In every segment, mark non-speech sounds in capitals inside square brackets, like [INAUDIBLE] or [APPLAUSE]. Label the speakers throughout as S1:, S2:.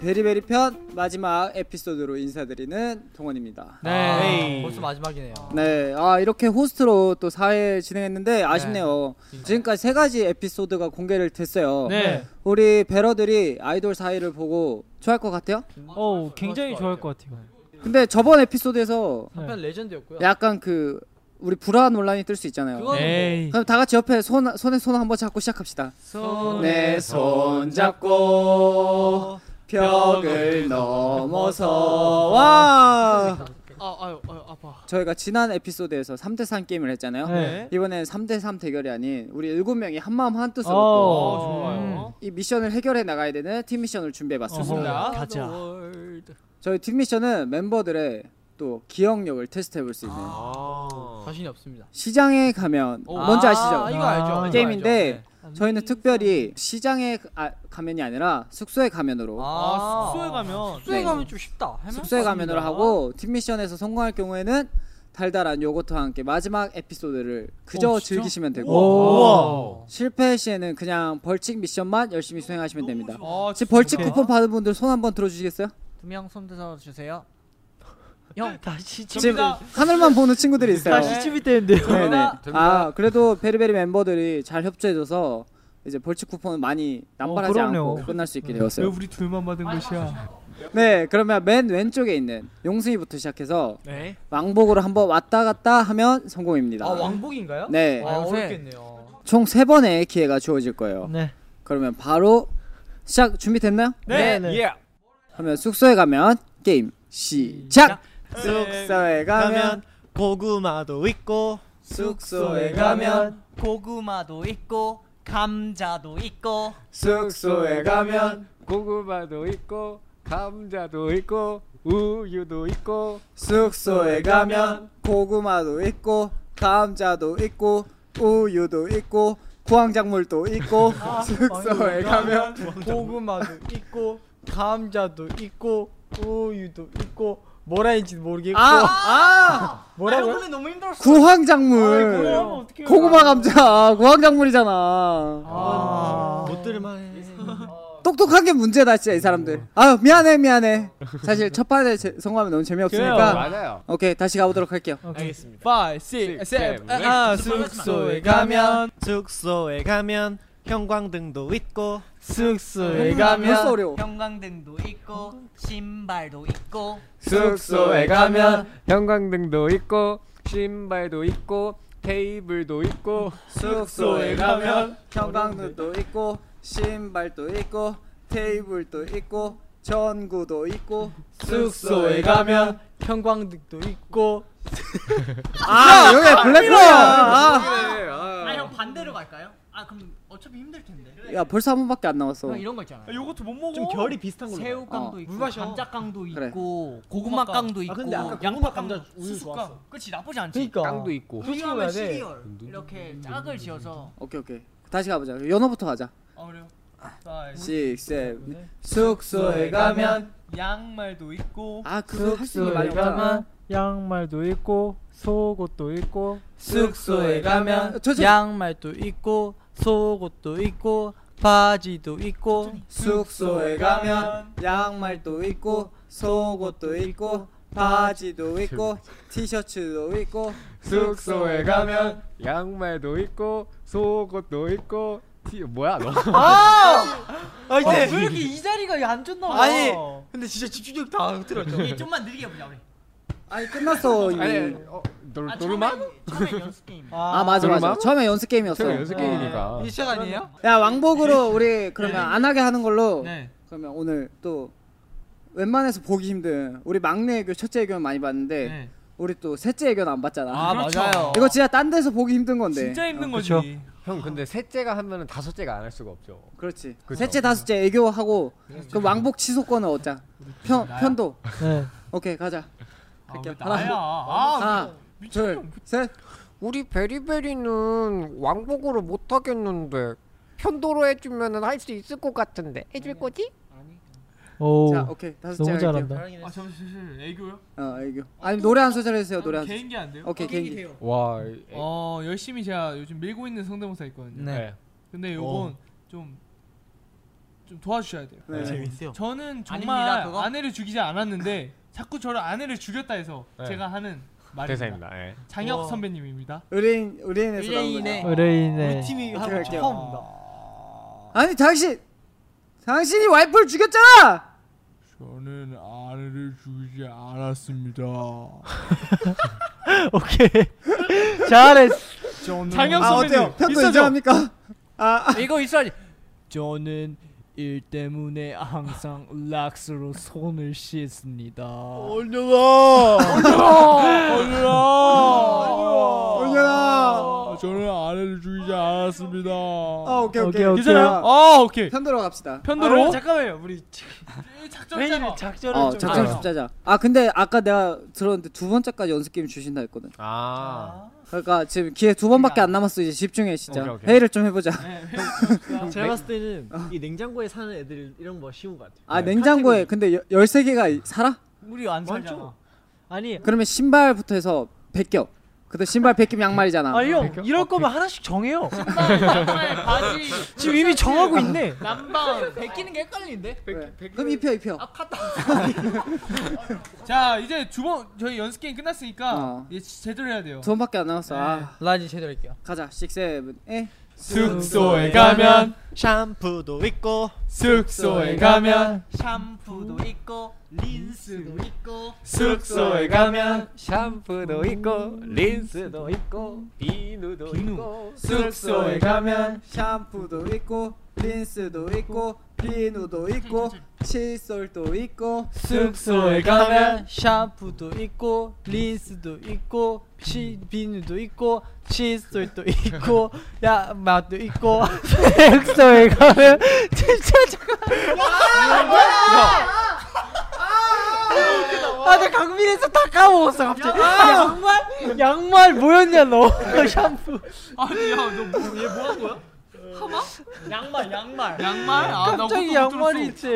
S1: 베리베리 편 마지막 에피소드로 인사드리는 동원입니다.
S2: 네.
S3: 아,
S2: 벌써 마지막이네요.
S1: 네, 아 이렇게 호스트로 또 4회 진행했는데 아쉽네요. 지금까지 세 가지 에피소드가 공개를 됐어요.
S3: 네.
S1: 우리 베러들이 아이돌 4회를 보고 좋아할 것 같아요?
S3: 어, 굉장히 좋아할 것 같아요. 네.
S1: 근데 저번 에피소드에서
S2: 한편 레전드였고요.
S1: 약간 그 우리 불화 논란이 뜰 수 있잖아요.
S2: 그거-
S3: 에이.
S1: 그럼 다 같이 옆에 손 손에 손 한번 잡고 시작합시다. 네.
S3: 손에
S1: 내 손잡고 벽을 넘어서 와
S2: 아, 아유, 아유, 아파.
S1: 저희가 지난 에피소드에서 3대3 게임을 했잖아요
S3: 네.
S1: 이번엔 3대3 대결이 아닌 우리 7명이 한마음 한뜻으로
S3: 어,
S1: 또
S3: 좋아요.
S1: 이 미션을 해결해 나가야 되는 팀 미션을 준비해봤습니다
S3: 어허.
S2: 가자.
S1: 저희 팀 미션은 멤버들의 또 기억력을 테스트해볼 수 있는
S3: 음.
S2: 자신이 없습니다.
S1: 시장에 가면
S2: 오.
S3: 어.
S1: 뭔지
S2: 아,
S1: 아, 아시죠? 네.
S2: 이거 알죠. 네. 이거
S1: 게임인데
S2: 알죠.
S3: 네.
S1: 저희는 특별히 시장에 가- 아, 가면이 아니라 숙소에 가면으로
S3: 아, 숙소에 가면
S2: 숙소에
S1: 네.
S2: 가면 좀 쉽다. 할
S1: 숙소에
S2: 만한
S1: 가면으로
S2: 겁니다.
S1: 하고 팀 미션에서 성공할 경우에는 달달한 요거트와 함께 마지막 에피소드를 그저
S3: 어, 진짜?
S1: 즐기시면 되고
S3: 우와.
S1: 실패 시에는 그냥 벌칙 미션만 열심히 수행하시면 됩니다.
S3: 아,
S1: 혹시 벌칙
S3: 오케이.
S1: 쿠폰 받은 분들 손 한번 들어주시겠어요?
S2: 두명 손들어 주세요. 형 네. 아, 다시 네.
S1: 지금 하늘만 보는 친구들이 있어요.
S3: 다시 집이 되는데요.
S1: 네네.
S2: 됩니다.
S1: 아 그래도 베리베리 멤버들이 잘 협조해줘서 이제 벌칙 쿠폰을 많이 남발하지
S3: 어, 그럼요.
S1: 않고 끝날 수 있게
S3: 왜
S1: 되었어요.
S2: 네.
S3: 우리 둘만 받은 것이야?
S1: 네 그러면 맨 왼쪽에 있는 용승이부터 시작해서
S2: 네.
S1: 왕복으로 한번 왔다 갔다 하면 성공입니다.
S2: 아 왕복인가요?
S1: 네.
S2: 아, 어렵겠네요.
S1: 총 세 번의 기회가 주어질 거예요.
S3: 네.
S1: 그러면 바로 시작 준비됐나요?
S3: 네. 네.
S2: 예.
S1: 그러면 숙소에 가면 게임 시작. 숙소에 가면
S4: 고구마도 있고
S1: 숙소에
S2: 고구마도 있고 감자도 있고
S1: 숙소에 가면
S5: 고구마도 있고 감자도 있고 우유도 있고
S1: 숙소에 가면 고구마도 있고 감자도 있고 우유도 있고 구황작물도 있고 숙소에 가면
S4: 고구마도 있고 감자도 있고 우유도 있고 뭐라 했는지 모르겠고
S2: 아!
S1: 아아
S4: 뭐라고요?
S2: 너무 힘들었어.
S1: 구황작물 고구마 감자 구황작물이잖아
S3: 아.
S4: 못 들을만해
S1: 똑똑한 게 문제다 진짜 이 사람들. 아유 미안해 미안해. 사실 첫 판에 제- 성공하면 너무 재미없으니까.
S5: 맞아요.
S1: 오케이 다시 가보도록 할게요.
S3: 알겠습니다.
S4: 5, 6,
S5: Six,
S4: 7
S5: seven,
S4: 아,
S2: eight.
S4: 숙소에 가면 숙소에 가면 형광등도 있고
S3: 숙소에
S1: 음, 벌써 어려워.
S2: 형광등도 있고 신발도 있고
S5: 숙소에 가면 형광등도 있고 신발도 있고 테이블도 있고
S1: 숙소에 형광등도 있고 신발도 있고 테이블도 있고 전구도 있고
S4: 숙소에 가면 형광등도 있고
S1: 아 여기 블랙홀이야.
S2: 아형 반대로 갈까요? 아 그럼 어차피 힘들 텐데
S1: 아, 야 벌써 한 번밖에 안 남았어.
S2: 형 이런 거 있잖아요
S3: 요것도 못 먹어.
S4: 좀 결이 비슷한 걸로
S2: 새우 깡도
S1: 어.
S2: 있고
S4: 물 마셔.
S2: 감자 깡도
S1: 그래.
S2: 있고 고구마 깡도 있고
S4: 근데 아까 고구마
S2: 양파
S4: 감자
S2: 깡도
S4: 우유
S2: 수수깡.
S4: 좋았어.
S2: 그렇지 나쁘지 않지
S3: 그러니까.
S5: 땅도 있고
S2: 우유하면
S3: 그래야 돼.
S2: 시리얼 이렇게 짝을 지어서
S1: 오케이 오케이 다시 가보자. 연어부터 가자. 아,
S2: 어 그래요
S1: Six, seven. 숙소에 가면
S2: 양말도 있고
S1: 아 그거 할수 있는 게 많이 없잖아.
S3: 양말도 있고 속옷도 있고
S4: 숙소에 가면
S1: 아, 저, 저,
S4: 양말도 있고 속옷도 있고 바지도 있고
S1: 숙소에 가면 양말도 있고 속옷도 있고 바지도 있고 티셔츠도 있고
S5: 숙소에 가면 양말도 있고 속옷도 있고 티 뭐야
S6: [LAUGHS]
S5: 너
S4: 아
S3: 왜
S4: 이제
S3: 이렇게 이 자리가 안 좋나 봐.
S4: 아니
S7: 어.
S4: 근데 진짜 집중력 다 흐트러져
S2: 이게 좀만 느리게 보자 우리
S1: 아니 끝났어 이미.
S5: 아니 어, 노,
S2: 아,
S5: 노르마
S2: 처음엔- 처음엔 연습 게임
S1: 아 맞아 맞아
S5: 그럼
S1: 처음에 연습 게임이었어 어.
S5: 제가 연습 게임이니까
S4: 이 시작 아니에요?
S1: 야 왕복으로 우리 그러면 안 하게 하는 걸로
S4: 네.
S1: 그러면 오늘 또 웬만해서 보기 힘든 우리 막내 애교 첫째 애교는 많이 봤는데
S4: 네. 그렇죠.
S1: 우리 또 셋째 애교는 안 봤잖아
S4: 맞아요
S1: 이거 진짜 딴 데서 보기 힘든 건데 어,
S4: 진짜 힘든 거지
S3: 그쵸.
S5: 형 근데 셋째가 하면은 다섯째가 안 할 수가 없죠
S1: 그렇지
S5: 그죠.
S1: 셋째 다섯째 애교하고 그 왕복 취소권은 얻자 편, 편도
S3: 네.
S1: 오케이 가자 갈게요
S2: 나야
S1: 하나
S2: 아
S1: 하나 둘셋
S6: 우리 베리베리는 왕복으로 못 하겠는데 편도로 해주면은 할 수 있을 것 같은데 해줄 거지?
S3: 오.
S1: 자, 오케이 다섯
S3: 너무
S1: 째
S3: 잘한다.
S4: 아 잠시만 애교요?
S1: 어, 애교. 아니 노래 한 소절 해주세요. 노래 한. 소절.
S4: 아, 개인기 안 돼요?
S1: 오케이 개인기.
S5: 와
S7: 어
S5: 네. 예,
S7: 열심히 제가 요즘 밀고 있는 성대모사 있거든요.
S4: 네.
S7: 근데 요건 좀 좀 도와주셔야 돼요.
S1: 네.
S4: 재밌어요.
S7: 저는
S2: 아닙니다,
S7: 정말
S2: 그거.
S7: 아내를 죽이지 않았는데 [LAUGHS] 자꾸 저를 아내를 죽였다 해서
S5: 네.
S7: 제가 하는 말입니다.
S5: 대사입니다. 예.
S7: 장혁
S4: 우와.
S7: 선배님입니다.
S1: 의뢰인 의뢰인에서
S2: 의뢰인의-
S1: 나온 거.
S7: 네.
S3: 의뢰인의
S4: 우리 팀이
S1: 어떻게
S4: 하고
S1: 할게요?
S4: 처음 본다.
S1: 아니 당신 당신이 와이프를 죽였잖아.
S7: 저는 아내를 죽이지 않았습니다.
S3: [LAUGHS] 오케이 [LAUGHS] 잘했어
S4: 저는
S7: 장혁
S1: 아
S7: 선배님
S1: 어때요? 편도
S7: 있어죠?
S1: 인정합니까? 아, 아
S4: 이거 있어야지. 저는 일 때문에 항상 락스로 손을 씻습니다. 올려라. 올려라.
S1: 올려라.
S7: 저는 아내를 죽이지 않았습니다.
S1: 아 오케이 오케이.
S3: 오케이, 오케이.
S7: 괜찮아요? 아 오케이.
S1: 편도로 갑시다.
S7: 편도로
S4: 잠깐만요. 우리 [LAUGHS]
S7: 작전 짜고.
S4: 작전을
S1: 어
S4: 좀
S1: 작전
S4: 짜요.
S1: 좀 짜자. 아 근데 아까 내가 들었는데 두 번째까지 연습 게임 주신다 했거든.
S5: 아.
S1: 그러니까 지금 기회 두 번밖에 안 남았어 이제 집중해 진짜
S5: 오케이, 오케이.
S1: 회의를 좀 해보자.
S4: 제가 봤을 때는 이 냉장고에 사는 애들 이런 거 쉬운 것 같아요.
S1: 아 냉장고에 근데 열세 개가 살아?
S4: 우리 안 살죠. 아니
S1: 그러면 신발부터 해서 벗겨. 그때 신발 벗김 양말이잖아.
S3: 아니 형 이럴 거면 하나씩 정해요
S2: 양말, 바지,
S3: [LAUGHS] 지금 이미 정하고 있네
S2: 남방. 베끼는 게 헷갈리는데?
S1: 그래. 그럼 입혀 입혀.
S7: 자 이제 두 번 저희 연습 게임 끝났으니까
S1: 어.
S7: 이제 지- 제대로 해야 돼요.
S1: 두 번밖에 안 남았어. 아,
S4: 라지 제대로 할게요.
S1: 가자. 6, 7, 8.
S7: 숙소에 가면
S4: 샴푸도 있고
S7: 숙소에 가면
S2: 샴푸도 있고 린스도 있고
S7: 숙소에 가면
S5: 샴푸도 있고 린스도 있고 비누도 있고
S7: 숙소에 가면
S1: 샴푸도 있고 린스도 있고 비누도 있고 칫솔도 있고
S7: 숙소에 가면
S4: 샴푸도 있고 린스도 있고 치 비누도 있고 칫솔도 [LAUGHS] 있고 야맛도 있고
S3: 백서에 가면 진짜
S4: 아나 강민에서 다 까먹었어 갑자기 아, 양말 양말 뭐였냐 너 [LAUGHS] 샴푸
S7: 아니 야너얘뭐 한 거야?
S2: 양말 양말
S7: 양말? 아나
S4: 갑자기 양말이 있지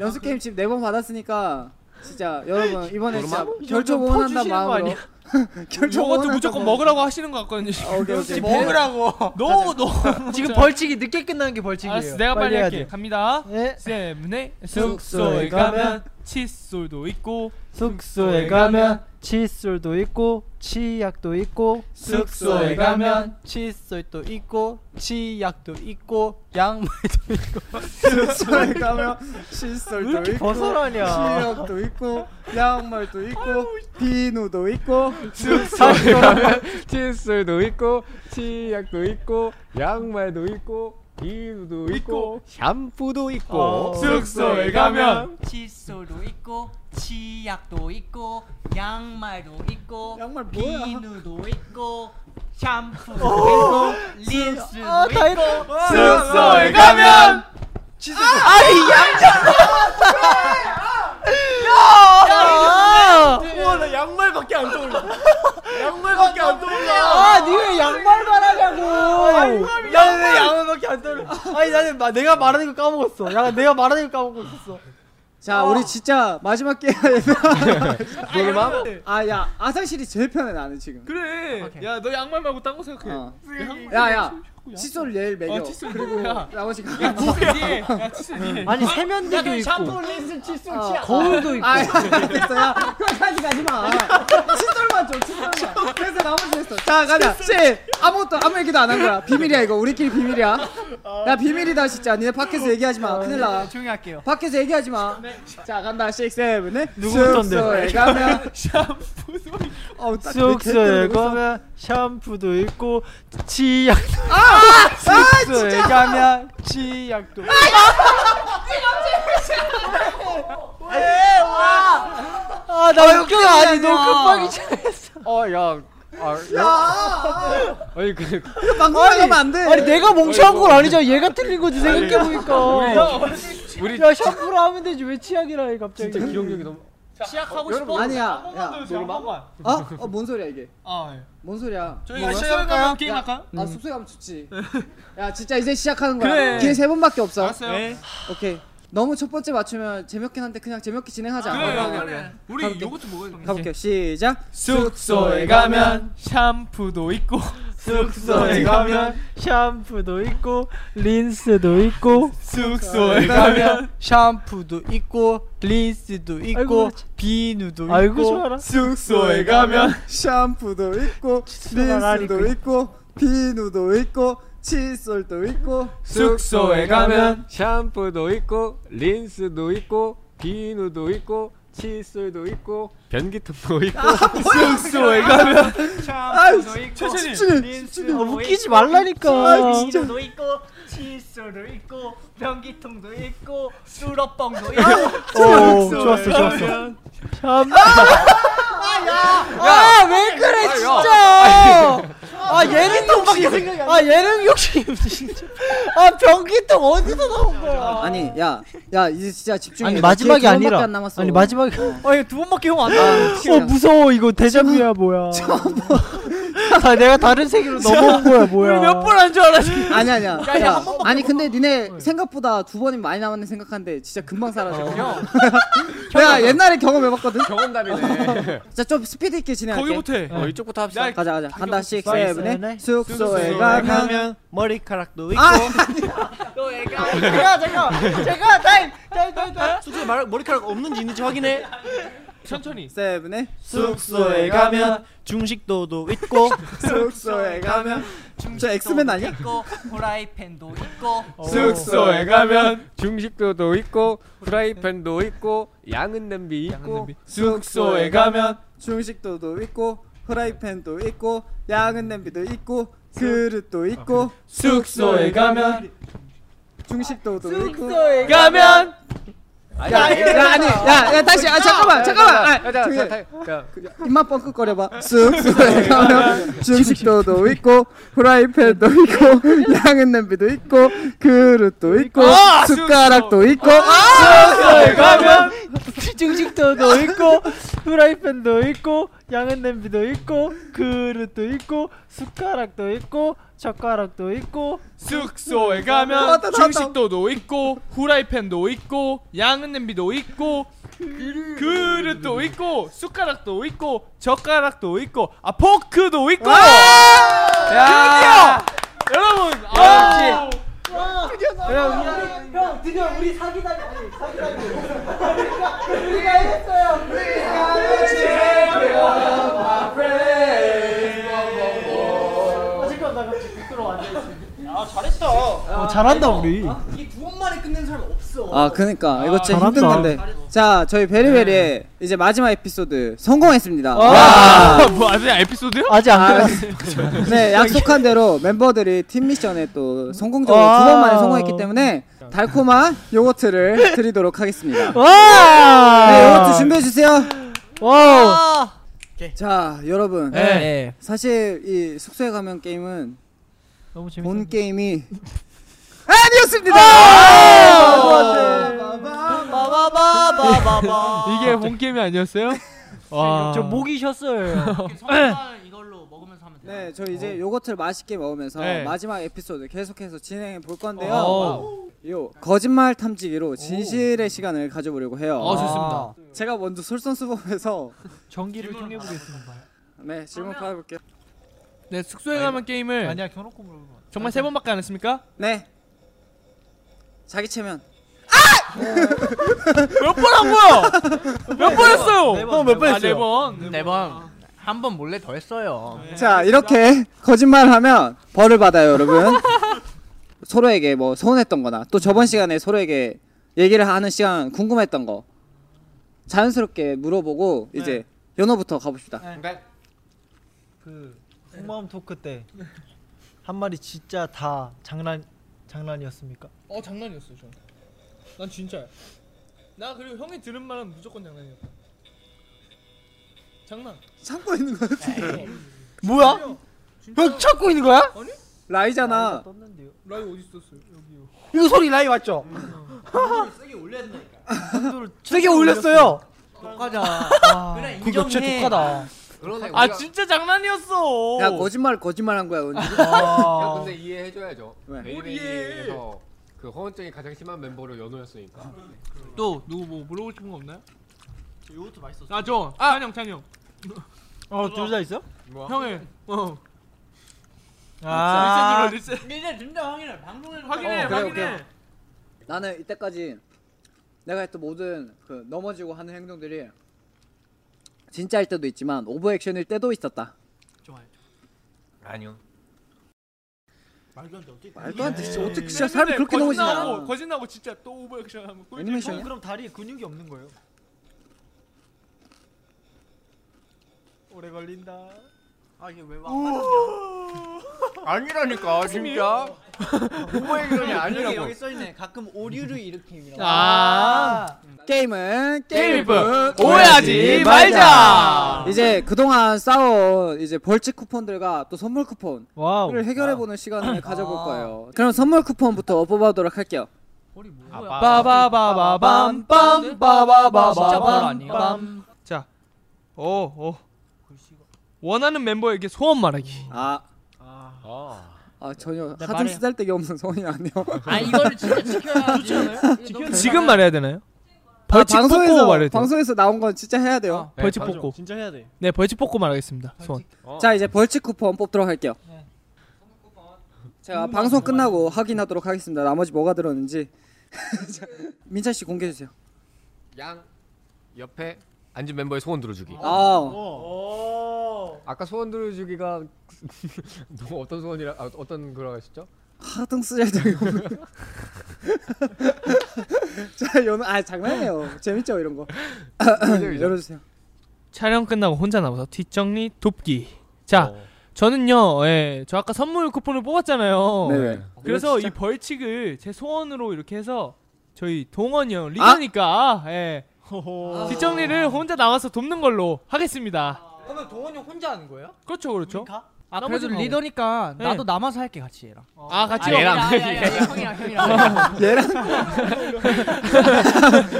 S1: 연습 게임 지금 네번 받았으니까 진짜 여러분 이번에 진짜 결조
S4: 좀
S1: 응원한다는
S4: 퍼주시는 거
S1: 마음으로 [LAUGHS] 결조
S7: 저것도
S1: 응원한다는
S7: 무조건
S1: 마음으로.
S7: 먹으라고 하시는 것 같거든요.
S1: 아, 오케이 오케이.
S4: 뭐 어,
S7: 먹으라고. 너무 너무.
S4: 지금 벌칙이 늦게 끝나는 게 벌칙이에요
S7: 알았어, 내가 빨리,
S3: 빨리 해야
S7: 할게.
S3: 돼.
S7: 갑니다.
S4: 네?
S3: 예.
S7: 세븐의
S3: 숙소에
S7: 숙소에
S3: 가면
S7: 가면 칫솔도 있고
S3: 숙소에 가면 칫솔도 있고 치약도 있고
S7: 숙소에 가면
S4: 칫솔도 있고 치약도 있고 [LAUGHS] 양말도 있고
S1: 숙소에 가면 칫솔도 있고
S3: 벗어나냐
S1: 실력도 있고 양말도 있고 비누도 있고
S5: 숙소에 가면 칫솔도 있고 치약도 있고 양말도 있고 비누도 있고 샴푸도 있고
S3: 어.
S5: 숙소에 가면
S2: 칫솔도 있고 치약도 있고 양말도 있고
S1: 양말 뭐야?
S2: 비누도 있고 샴푸도 있고 린스도
S4: 아,
S2: 있고
S5: 숙소에 가면
S4: 와나 양말밖에 안 떠올라 양말밖에 안 떠올라
S3: 아 니가 양말만 하냐고
S4: 야왜 양말밖에 안 떠올라 아니 나는 마, 내가 말하는 거 까먹었어 야 내가 말하는 거 까먹고 있었어
S3: 아.
S1: 자 우리 진짜 마지막 게임
S3: [LAUGHS]
S5: 노르마
S1: 아야 아상실이 제일 편해 나는 지금
S7: 그래. 야 너 양말 말고 딴 거
S3: 그,
S7: 생각해.
S1: 어.
S7: 내 양말
S1: 야야 칫솔 얘일 매겨
S3: 어,
S7: 아, 칫솔 그리고 야.
S1: 나머지 가
S7: 뭐야? 야 칫솔 뒤에.
S3: 아니
S2: 그러니까
S3: 세면대도 있고
S4: 린스 칫솔
S3: 거울도 있고
S1: 어. 아야 됐어 야 그거까지 가지마 칫솔만 줘 칫솔만 그래서 나머지 됐어 자 가자 씨 아무것도 아무 얘기도 안 한 거야 비밀이야 이거 우리끼리 비밀이야
S3: 아,
S1: 야 비밀이다 진짜 니네
S3: 어.
S1: 밖에서 얘기하지마 큰일나
S4: 조용히 할게요
S1: 밖에서 얘기하지 마. 자 간다 6, 7, 8.
S3: 누구부터인데?
S1: 숙소에 가면
S7: [LAUGHS] 샴푸도 있고.
S1: 어우, 딱내
S3: 숙소에
S1: 개뜨리고 있어.
S3: 가면 샴푸도 있고 치약도
S1: 아
S3: 숙소에
S1: 진짜.
S3: 가면 치약도
S4: 아나 웃겨 아니 너무 급하게 치-
S5: 어야
S1: 야. 아,
S5: 아니 그
S1: 이거 방송 나가면 안 돼.
S3: 아니 내가 멍청한 건 아니잖아 얘가 틀린 거지 생각해보니까
S5: 우리
S3: 야 샴푸를 하면 되지 왜 치약이라 해 갑자기
S5: 진짜 기억력이 너무
S7: 시작하고 싶어?
S1: 아니야.
S7: 한 번만
S1: 야,
S7: 더 해주세요. 한 번만.
S1: 어? 어, 뭔 소리야 이게?
S7: 아 예.
S1: 뭔 소리야?
S7: 저희 숙소에 가면 게임
S1: 야,
S7: 할까요?
S1: 아
S7: [LAUGHS]
S1: 숙소에 가면 좋지. 야 진짜 이제 시작하는 거야.
S7: 음. 그래.
S1: 기회 세 번밖에 없어.
S7: 알았어요.
S1: 오케이. 너무 첫 번째 맞추면 재미없긴 한데 그냥 재미없게 진행하자.
S7: 아, 그래,
S1: 어,
S7: 그래. 우리
S1: 가볼게.
S7: 요것도 먹어야
S1: 가볼게요. 시작.
S4: 숙소에 가면
S7: 샴푸도 있고
S4: 숙소에 가면 샴푸도 있고 린스도 있고
S7: 숙소에
S4: 가면 샴푸도 있고 린스도
S3: 아이고,
S4: 있고 비누도
S3: 아이고
S4: 있고
S3: 좋아라.
S7: 숙소에 가면
S1: 샴푸도 있고
S3: 치솔
S1: 린스도
S7: 그
S1: 있고 비누도 있고 칫솔도 있고
S7: 음.
S4: 숙소에 가면
S5: 샴푸도 있고 린스도 있고 비누도 있고 칫솔도 있고 변기통도 있고
S7: 숙소에
S8: 아,
S7: 가면
S1: 아이,
S7: 최진이 음.
S3: 아, 웃기지 말라니까.
S2: 비누도 있고 칫솔도 있고 변기통도 있고 수러뻥도 있고
S4: 오 좋았어 좋았어
S3: 아 왜 그래 진짜 아 예능욕심 아 예능욕심 진짜 아 변기통 어디서 나온 거야
S1: 아니 야 야 이제 진짜 집중해.
S3: 아니
S1: 나 뒤에
S3: 마지막이
S1: 두 번밖에
S3: 아니라
S1: 안 남았어.
S3: 아니 마지막이
S4: 아 이거 두 번밖에 형안
S3: 어 무서워 이거 데자뷰야 뭐야 다 내가 다른 세계로 넘어온 거야 뭐야
S4: 몇번안줄 알았어
S1: 아니 아니야. 야, 아니 근데
S3: 어.
S1: 니네 생각보다 두 번이 많이 남았네 생각하는데 진짜 금방 사라져.
S3: [LAUGHS]
S1: 내가 옛날에 경험해봤거든.
S5: [LAUGHS] 경험담이네
S1: 자 좀 스피드 있게 진행할게.
S7: 거기부터 해
S5: 어 이쪽부터 합시다
S7: 나
S1: 가자 가자. 간다 식
S3: 없어.
S1: 세븐에 숙소에
S7: 숙소에
S1: 가면
S4: 머리카락도 있고
S1: 아
S2: 너 애가 제가 제가 제가 타임 타임 타임 타임
S4: 숙소에 말- 머리카락 없는지 있는지 확인해
S7: 천천히
S1: 세븐에
S7: [LAUGHS]
S4: 숙소에 가면 중식도도 있고
S1: 숙소에 가면 저 엑스맨 아니야?
S2: 있고 프라이팬도 있고
S7: 어. 숙소에 가면
S5: 중식도도 있고 프라이팬도 있고 양은 냄비 있고
S7: 숙소에 가면
S1: 중식도도 있고 프라이팬도 있고 양은 냄비도 있고 그릇도 있고
S7: 숙소에 가면
S1: 중식도도 있고
S2: 숙소에
S7: 가면
S5: 아니
S1: 야, 야 아니 야야 다시 아 잠깐만 잠깐만 아, 저기,
S5: 잠깐만
S1: 입만 뻥끗거려봐 숙소에 가면 중식도도 있고 프라이팬도 있고 양은 냄비도 있고 그릇도 있고
S7: 아,
S1: 숟가락도 있고
S7: 숙소에 가면
S3: 중식도도 있고 프라이팬도 있고 양은 냄비도 있고 그릇도 있고 숟가락도 있고 젓가락도 있고 음.
S7: 숙소에
S1: 왔다,
S7: 가면
S1: 왔다,
S7: 중식도도 있고 후라이팬도 있고 양은 냄비도 있고 그릇도 있고 숟가락도 있고 젓가락도 있고 아 포크도 있고
S4: 야
S7: 여러분 아
S3: 형 드디어 우리 사기다니 아니 사기다니 우리가 어, 잘한다 우리
S2: 이두 번만에 끝낸 사람 없어
S1: 아 그니까 이거 진짜
S3: 잘한다.
S1: 힘든 건데 자 저희 베리베리의 이제 마지막 에피소드 성공했습니다
S7: 뭐 아직 에피소드요?
S3: 아직 안
S1: 아,
S3: 끝났어
S1: 네 약속한 대로 멤버들이 팀 미션에 또 성공적으로
S3: 아.
S1: 두 번만에 성공했기 때문에 달콤한 요거트를 드리도록 하겠습니다
S3: 와
S4: 아.
S1: 네 요거트 준비해 주세요
S3: 와우
S1: 자 여러분
S4: 네.
S1: 사실 이 숙소에 가면 게임은
S3: 너무 재밌어
S1: 본 게임이 아! 아니었습니다
S2: 바바바바바바
S7: 이게 본 게임이 [LAUGHS] 아니었어요? 와.
S3: 저 목이
S7: [LAUGHS]
S3: 쉬었어요
S7: 아,
S2: 성공한 이걸로 먹으면서 하면 돼요
S1: 네, 저 이제 요거트를 맛있게 먹으면서
S7: 어. 네.
S1: 마지막 에피소드 계속해서 진행해 볼 건데요.
S7: 어.
S1: 요 거짓말 탐지기로 진실의 시간을 가져보려고 해요.
S7: 어
S4: 아.
S7: 좋습니다.
S1: 제가 먼저 솔선수범해서
S3: 전기를 통해보겠습니다
S1: 네 질문 받아볼게요.
S7: 네 숙소에 가면 게임을
S3: 아니야 켜놓고 물어봐
S7: 정말 세 번밖에 안 했습니까?
S1: 네 자기 체면
S7: 몇 번 한 거야?
S4: 네,
S7: 몇 번 했어요?
S4: 형몇번 아.
S7: 아, 네
S4: 했어요?
S7: 번. 네
S2: 네번 한 번 몰래 더 했어요
S1: 네, 자 이렇게 거짓말하면 벌을 받아요 여러분 [LAUGHS] 서로에게 뭐 서운했던 거나 또 저번 시간에 서로에게 얘기를 하는 시간 궁금했던 거 자연스럽게 물어보고
S7: 네.
S1: 이제 연어부터 가봅시다
S3: 그 속마음 토크 때 한 마리 진짜 다 장난 장난이었습니까?
S7: 어 장난이었어 전. 난 진짜야. 나 그리고 형이 들은 말은 무조건 장난이었다. 장난.
S1: 참고 있는 거
S4: 뭐야? 형 찾고 있는 거야?
S3: 어?
S1: 라이잖아
S7: 네.
S3: 떴는데요.
S7: 라이 어디 있었어요? 여기요.
S4: 이거 소리 라이 맞죠?
S3: [LAUGHS]
S2: 세게 올려야 된다니까
S4: 세게 음. 올렸어요
S2: 독하자 그래 인정해
S4: 그게 진짜 독하다
S5: 그러네
S7: 아 진짜 장난이었어.
S2: 뭐-
S1: 야 거짓말 거짓말한 거야 오늘
S5: 야, 근데 이해해줘야죠
S1: 왜?
S5: 베리베리에서 그 허언증이 가장 심한 멤버로 연호였으니까.
S7: 또 누구 뭐 물어보고 싶은 거 없나요?
S2: 요것도 맛있었어.
S7: 아저 찬이 형 찬이 형
S4: 어둘 다 있어?
S7: 형의 어
S4: 아
S7: 리셋으로 리셋
S2: 이제 진짜 확인해. 방송에서
S7: 확인해
S1: 어, 그래,
S7: 확인해
S1: 나는 이때까지 내가 했던 모든 그 넘어지고 하는 행동들이 진짜일 때도 있지만 오버 액션일 때도 있었다.
S7: 좋아요
S9: 아니요.
S2: 말도 안 돼. 어떻게?
S1: 말도 안 돼. 진짜 어떻게 진짜 사람이 그렇게
S7: 네. 거짓나고
S1: 넘어지냐?
S7: 거짓나고 진짜 또 오버액션 하면 꿀잼.
S1: 애니메이션이야?
S4: 그럼 다리에 근육이 없는 거예요?
S7: 오래 걸린다
S2: 아 이게 왜 와? 화났냐?
S9: 아니라니까 진짜. [LAUGHS] 오버액션이
S2: 여기
S9: 아니라고.
S2: 여기 써 있네. 가끔 오류를 일으킴이라고.
S7: 아
S1: 게임은 게임일
S7: 게임일 뿐.
S1: 뿐
S7: 오해하지 말자
S1: 이제 그동안 쌓아온 이제 벌칙 쿠폰들과 또 선물 쿠폰을
S4: 와우
S1: 해결해보는 시간을 가져볼 거예요. 그럼 선물 쿠폰부터 뽑아보도록 할게요.
S2: 머리 뭐야?
S7: 빠바바바밤 빰
S2: 진짜 별로
S7: 빠바바바밤
S2: 아니에요?
S7: 빰. 자, 오, 오. 원하는 멤버에게 소원 말하기.
S1: 아,
S5: 아.
S1: 아 전혀
S2: 네,
S1: 하등
S2: 말해요.
S1: 쓰잘데기 없는 소원이 아니요.
S2: 아 이거를 진짜 지켜야 좋지 않아요?
S7: 지금 말해야 되나요?
S1: 아,
S7: 벌칙 뽑고 말해야
S1: 방송에서
S7: 돼요.
S1: 방송에서 나온 건 진짜 해야 돼요.
S7: 벌칙 뽑고.
S4: 진짜 해야 돼
S7: 네, 벌칙 뽑고 말하겠습니다. 소원.
S5: 어.
S1: 자 이제 벌칙 쿠폰 뽑도록 할게요.
S2: 네.
S1: 제가 방송 끝나고 확인하도록 하겠습니다. 나머지 뭐가 들었는지 [LAUGHS] 자, 민찬 씨 공개해 주세요.
S5: 양 옆에 앉은 멤버의 소원 들어주기.
S2: 뭐.
S1: 아,
S5: 아까 소원 들어주기가 [LAUGHS] 너무 어떤 소원이라 아, 어떤 거라고 하셨죠?
S1: 하등 쓰잘데기 없는. [LAUGHS] 자 연우 아 장난이에요. 재밌죠 이런 거. 열어주세요.
S7: 촬영 끝나고 혼자 남아서 뒷정리 돕기.
S5: 어.
S7: 자, 저는요. 예, 저 아까 선물 쿠폰을 뽑았잖아요.
S1: 네네.
S7: 그래서 이
S1: 진짜-
S7: 벌칙을 제 소원으로 이렇게 해서 저희 동원이 형 리더니까 예.
S3: 아.
S7: 뒷정리를 혼자 나와서 돕는 걸로 하겠습니다.
S3: 그러면 동원이 형 혼자 하는 거예요?
S7: 그렇죠, 그렇죠.
S3: 아
S7: 나머지
S3: 그래도
S4: 어.
S7: 가고.
S3: 리더니까
S7: 네.
S3: 나도 남아서 할게 같이 얘랑
S7: 아, 같이
S5: 아, 얘랑.
S2: 형이랑 형이랑.
S7: 어.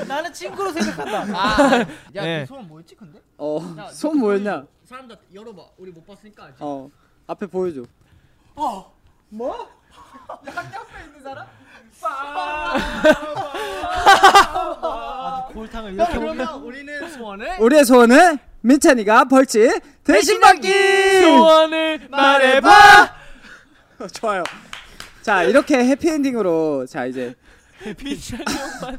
S4: 어,
S3: 나는 친구로 [LAUGHS] 생각한다
S4: 아.
S7: 야, 네.
S2: 소원 뭐였지 근데?
S1: 어손 뭐였냐?
S2: 사람들 열어봐. 우리 못 봤으니까 알지.
S1: 어 앞에 보여줘.
S4: 골탕을
S2: 형 그러면 우리는 아, [LAUGHS]
S7: 네.
S2: 소원을
S1: 우리의 소원은 민찬이가 벌칙 대신 받기.
S7: 예.
S4: [LAUGHS]
S1: 어,
S7: 소원을 말해봐.
S1: 좋아요. 자 이렇게 해피엔딩으로 자 이제
S7: 미션 형만.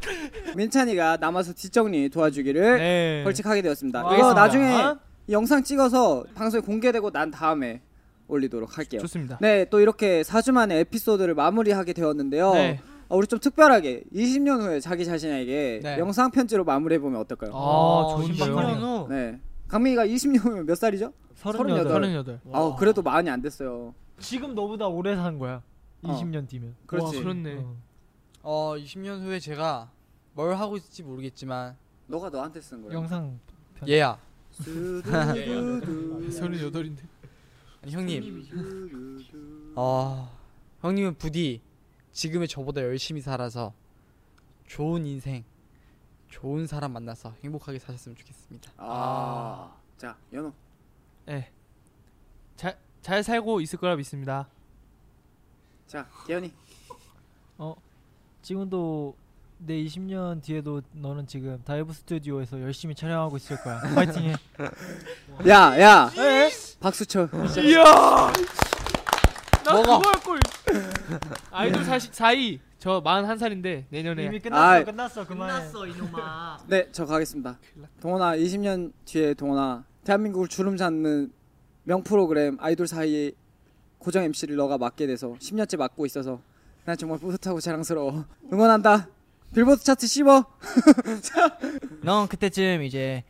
S1: 민찬이가 남아서 뒷정리 도와주기를
S7: 네.
S1: 벌칙하게 되었습니다.
S7: 와.
S1: 이거
S7: 알겠습니다.
S1: 나중에 영상 찍어서 방송에 공개되고 난 다음에 올리도록 할게요.
S7: 좋습니다.
S1: 네, 또 이렇게 4주 만에 에피소드를 마무리하게 되었는데요.
S7: 네.
S1: 어, 우리 좀 특별하게 20년 후에 자기 자신에게
S3: 네.
S1: 영상 편지로 마무리해 보면 어떨까요?
S7: 아,
S4: 년
S7: 좋은데요.
S4: 후
S1: 네. 강민이가 20년 후면 몇 살이죠?
S4: 서른여덟
S7: 38.
S3: 어,
S1: 아, 그래도 많이 안 됐어요.
S4: 지금 너보다 오래 산 거야
S1: 어.
S4: 20년 뒤면
S1: 그렇지.
S7: 와, 그렇네.
S3: 어 20년 후에 제가 뭘 하고 있을지 모르겠지만
S1: 너가 너한테 쓴
S7: 어.
S1: 거야.
S4: 영상
S3: 얘야
S7: [LAUGHS] 네,
S1: 수두두두.
S7: 38인데.
S3: 아니, 형님 어, 형님은 부디 지금의 저보다 열심히 살아서 좋은 인생 좋은 사람 만나서 행복하게 사셨으면 좋겠습니다
S1: 아. 자, 연호.
S7: 네. 잘, 잘 살고 있을 거라 믿습니다.
S1: 자, 개연이.
S4: 지금도 내 20년 뒤에도 너는 지금 다이브 스튜디오에서 열심히 촬영하고 있을
S7: [LAUGHS]
S4: 거야 파이팅해
S1: 야, 야.
S7: 네.
S1: 박수철.
S7: 이야. 나
S3: 먹어.
S7: 그거 할
S4: [LAUGHS]
S7: 걸. 아이돌 44위. 저 41살인데 내년에
S4: 이미 끝났어
S1: 아이.
S4: 끝났어 그만해
S2: 끝났어 이놈아.
S1: 네, 저 가겠습니다. 동원아, 20년 뒤에 동원아, 대한민국을 주름 잡는 명 프로그램 아이돌 사이에 고정 MC를 너가 맡게 돼서 10년째 맡고 있어서 난 정말 뿌듯하고 자랑스러워. 응원한다. 빌보드 차트 씹어.
S8: 넌 그때쯤 이제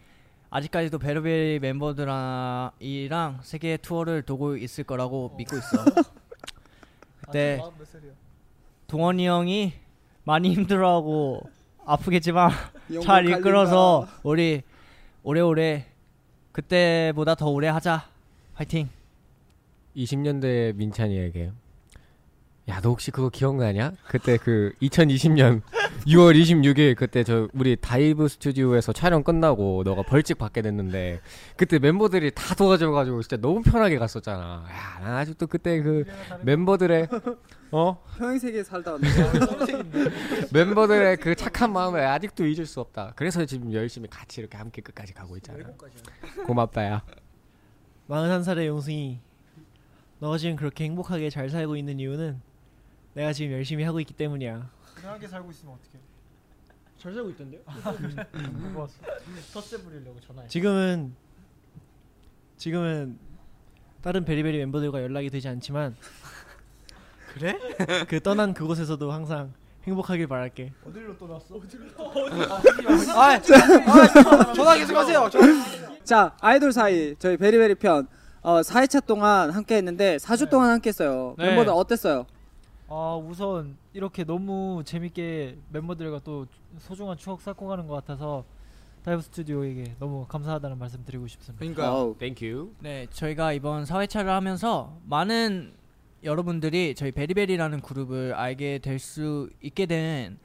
S8: 아직까지도 베르베리 멤버들이랑 세계 투어를 도고 있을 거라고 믿고 있어.
S4: 네.
S7: 아,
S8: 그때 동원이 형이 많이 힘들어하고 아프겠지만 잘
S1: 영광
S8: 이끌어서 우리 오래오래 그때보다 더 오래 하자. 화이팅.
S5: 20년대 민찬이에게 야, 너 혹시 그거 기억나냐? 그때 그 2020년 [LAUGHS] 6월 26일 그때 저 우리 다이브 스튜디오에서 촬영 끝나고 너가 벌칙 받게 됐는데 그때 멤버들이 다 도와줘가지고 진짜 너무 편하게 갔었잖아. 야, 난 아직도 그때 그 멤버들의 어
S1: 평행 세계에 살다 왔는데
S5: [LAUGHS] 멤버들의 그 착한 마음을 아직도 잊을 수 없다. 그래서 지금 열심히 같이 이렇게 함께 끝까지 가고 있잖아. 고맙다야.
S8: 41살의 용승이 너가 지금 그렇게 행복하게 잘 살고 있는 이유는 내가 지금 열심히 하고 있기 때문이야
S7: 편하게 살고 있으면 어떡해
S4: 잘
S7: [LAUGHS]
S4: 살고 있던데요?
S7: 텃세 부리려고 전화해
S8: 지금은 지금은 다른 베리베리 멤버들과 연락이 되지 않지만 [LAUGHS] 그래? 그 떠난 그곳에서도 항상 행복하길 바랄게
S7: 어디로 또 났어?
S4: 아, 아, 전화 계속 하세요. 전화
S1: 자 아이돌 사이 저희 베리베리 편 어, 4회차 동안 함께 했는데 4주
S7: 네.
S1: 동안 함께 했어요
S10: 네.
S1: 멤버들 어땠어요?
S7: 아 우선 이렇게 너무 재밌게 멤버들과 또 소중한 추억 쌓고 가는 것 같아서 다이브 스튜디오에게 너무 감사하다는 말씀 드리고 싶습니다.
S10: 그러니까
S1: 어우.
S5: Thank you.
S8: 네, 저희가 이번 사회차를 하면서 많은 여러분들이 저희 베리베리라는 그룹을 알게 될 수 있게 된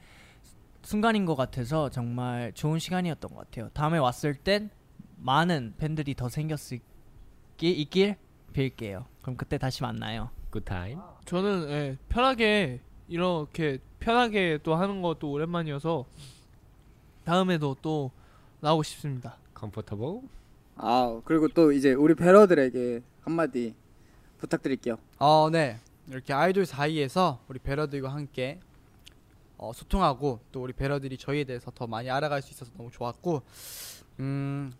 S8: 순간인 것 같아서 정말 좋은 시간이었던 것 같아요. 다음에 왔을 땐 많은 팬들이 더 생겼을 게 있길 빌게요. 그럼 그때 다시 만나요.
S5: Good time.
S10: 저는 예, 편하게 이렇게 편하게 또 하는 것도 오랜만이어서 다음에도 또 나오고 싶습니다.
S5: Comfortable.
S1: 아 그리고 또 이제 우리 배러들에게 한마디 부탁드릴게요
S4: 어, 네. 이렇게 아이돌 사이에서 우리 베러들과 함께 어, 소통하고 또 우리 베러들이 저희에 대해서 더 많이 알아갈 수 있어서 너무 좋았고 음,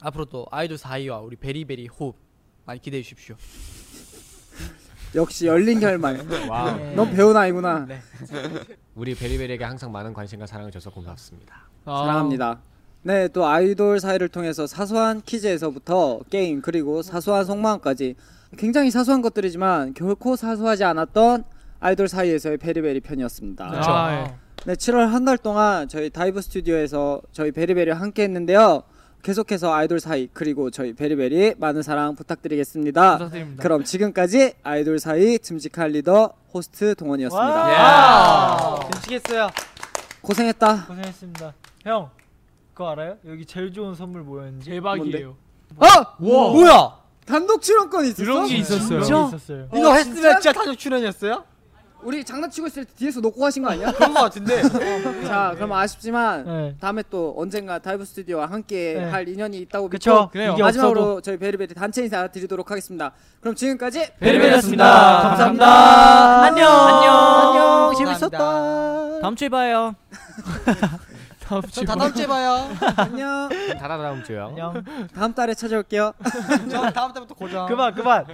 S4: 앞으로도 아이돌 사이와 우리 베리베리 호흡 많이 기대해 주십시오.
S1: 역시 열린 결말
S5: 와우.
S7: 네.
S1: 넌 배운 아이구나
S4: 네.
S5: 우리 베리베리에게 항상 많은 관심과 사랑을 줘서 고맙습니다.
S10: 아,
S1: 사랑합니다. 네, 또 아이돌 사이를 통해서 사소한 퀴즈에서부터 게임 그리고 사소한 속마음까지 굉장히 사소한 것들이지만 결코 사소하지 않았던 아이돌 사이에서의 베리베리 편이었습니다.
S10: 아, 예.
S1: 네, 7월 한 달 동안 저희 다이브 스튜디오에서 저희 베리베리와 함께 했는데요. 계속해서 아이돌 사이 그리고 저희 베리베리 많은 사랑 부탁드리겠습니다.
S10: 감사드립니다.
S1: 그럼 지금까지 아이돌 사이 듬직한 리더 호스트 동원이었습니다.
S10: 예.
S7: 와!
S4: 야.
S7: 괜찮겠어요.
S1: 고생했다.
S7: 고생했습니다. 형 그거 알아요? 여기 제일 좋은 선물
S10: 예,
S7: 뭐였는지?
S10: 대박이에요.
S4: 아! 뭐야?
S1: 단독 출연권 있었어?
S10: 이런 게 있었어요.
S7: 그런 게 있었어요.
S4: 이거 했으면 진짜, 단독 출연이었어요?
S1: 우리 장난치고 있을 때 뒤에서 놓고 하신 거
S7: [LAUGHS]
S1: 아니야?
S4: 그런 거 같은데.
S1: 자, 그럼 아쉽지만
S7: 네.
S1: 다음에 또 언젠가 다이브 스튜디오와 함께
S7: 네.
S1: 할 인연이 있다고
S7: 그쵸.
S1: 믿고
S10: 그래요.
S7: 이게
S1: 마지막으로
S7: 없어도
S1: 저희 베리베리 단체 인사 드리도록 하겠습니다. 그럼 지금까지
S7: 베리베리였습니다. 감사합니다.
S4: [LAUGHS] 안녕.
S8: 안녕.
S4: 재밌었다.
S8: 다음 주에 봐요. [LAUGHS]
S10: 다음 주
S4: 다 다음 주에 봐요.
S1: 안녕.
S5: 다다 다음 주요.
S7: 안녕.
S1: 다음 달에 찾아올게요.
S4: 저 다음 때부터 고정.
S7: 그만 그만.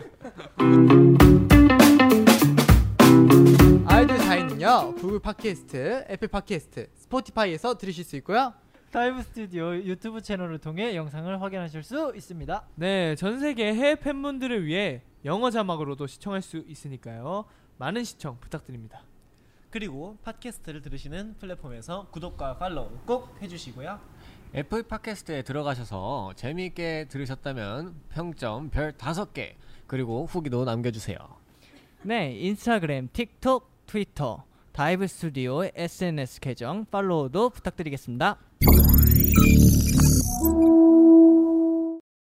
S4: 아이돌 사이는요 구글 팟캐스트, 애플 팟캐스트, 스포티파이에서 들으실 수 있고요.
S7: 다이브 스튜디오 유튜브 채널을 통해 영상을 확인하실 수 있습니다.
S10: 네, 전 세계 해외 팬분들을 위해 영어 자막으로도 시청할 수 있으니까요. 많은 시청 부탁드립니다.
S8: 그리고 팟캐스트를 들으시는 플랫폼에서 구독과 팔로우 꼭 해주시고요.
S5: 애플 팟캐스트에 들어가셔서 재미있게 들으셨다면 평점 별 5개 그리고 후기도 남겨주세요.
S8: 네, 인스타그램, 틱톡, 트위터, 다이브 스튜디오 SNS 계정 팔로우도 부탁드리겠습니다.